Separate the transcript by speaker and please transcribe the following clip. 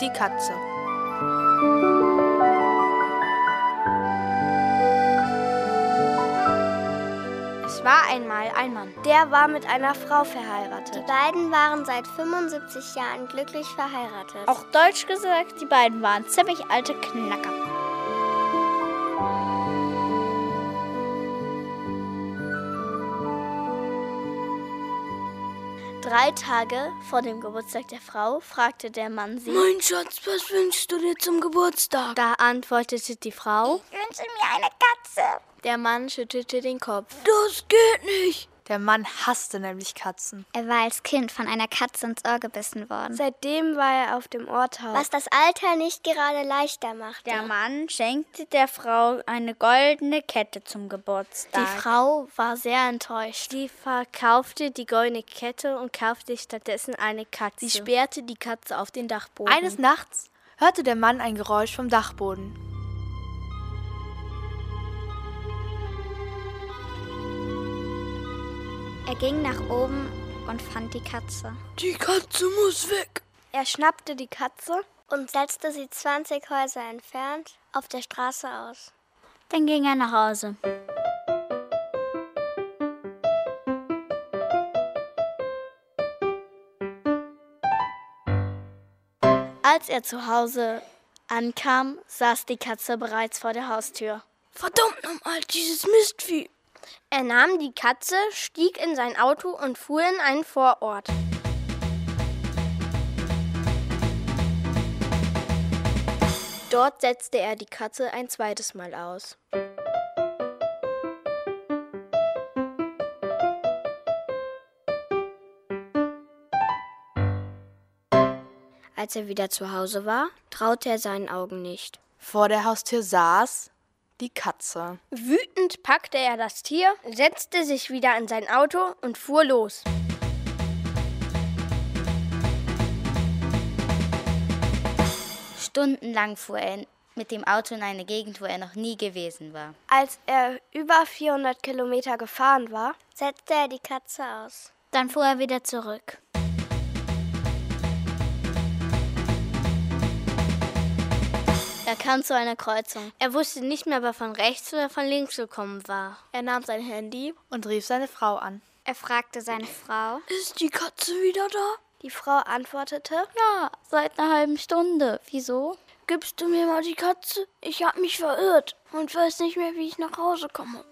Speaker 1: die Katze. Es war einmal ein Mann, der war mit einer Frau
Speaker 2: Die
Speaker 1: verheiratet.
Speaker 2: beiden waren seit 75 Jahren glücklich verheiratet.
Speaker 3: Auch deutsch gesagt, die beiden waren ziemlich alte Knacker. Drei Tage vor dem Geburtstag der Frau fragte der Mann sie.
Speaker 1: Mein Schatz, was wünschst du dir zum Geburtstag?
Speaker 3: Da antwortete die Frau.
Speaker 2: ich wünsche mir eine Katze.
Speaker 3: Der Mann schüttelte den Kopf.
Speaker 1: Das geht nicht.
Speaker 4: Der Mann hasste nämlich Katzen.
Speaker 2: Er war als Kind von einer Katze ins Ohr gebissen worden.
Speaker 1: Seitdem war er auf dem Orthaus.
Speaker 2: Was das Alter nicht gerade leichter machte.
Speaker 3: Der Mann schenkte der Frau eine goldene Kette zum Geburtstag.
Speaker 2: Die
Speaker 3: Frau war sehr enttäuscht.
Speaker 1: Sie verkaufte die goldene Kette und kaufte stattdessen eine Katze.
Speaker 3: Sie sperrte die Katze auf den Dachboden.
Speaker 4: Eines Nachts hörte der Mann ein Geräusch vom Dachboden.
Speaker 2: Er ging nach oben und fand die Katze.
Speaker 1: die Katze muss weg. Er schnappte die Katze.
Speaker 2: Und setzte sie 20 Häuser entfernt auf der Straße aus.
Speaker 3: Dann ging er nach Hause. Als er zu Hause ankam, saß die Katze bereits vor der Haustür.
Speaker 1: Verdammt nochmal, dieses Mistvieh.
Speaker 2: Er nahm die Katze, stieg in sein Auto und fuhr in einen Vorort.
Speaker 3: Dort setzte er die Katze ein zweites Mal aus.
Speaker 2: Als er wieder zu Hause war, traute er seinen Augen nicht.
Speaker 4: Vor der Haustür saß die Katze.
Speaker 2: Wütend packte er das Tier, setzte sich wieder in sein Auto und fuhr los.
Speaker 5: Stundenlang fuhr er mit dem Auto in eine Gegend, wo er noch nie gewesen war.
Speaker 1: Als er über 400 Kilometer gefahren war,
Speaker 2: Setzte er die Katze aus.
Speaker 3: Dann fuhr er wieder zurück. Er kam zu einer Kreuzung. Er wusste nicht mehr, ob er von rechts oder von links gekommen war. Er nahm sein Handy.
Speaker 4: und rief seine Frau an.
Speaker 2: Er fragte seine Frau.
Speaker 1: ist die Katze wieder da?
Speaker 3: Die Frau antwortete: Ja, seit einer halben Stunde. Wieso?
Speaker 1: Gibst du mir mal die Katze? Ich hab mich verirrt und weiß nicht mehr, wie ich nach Hause komme.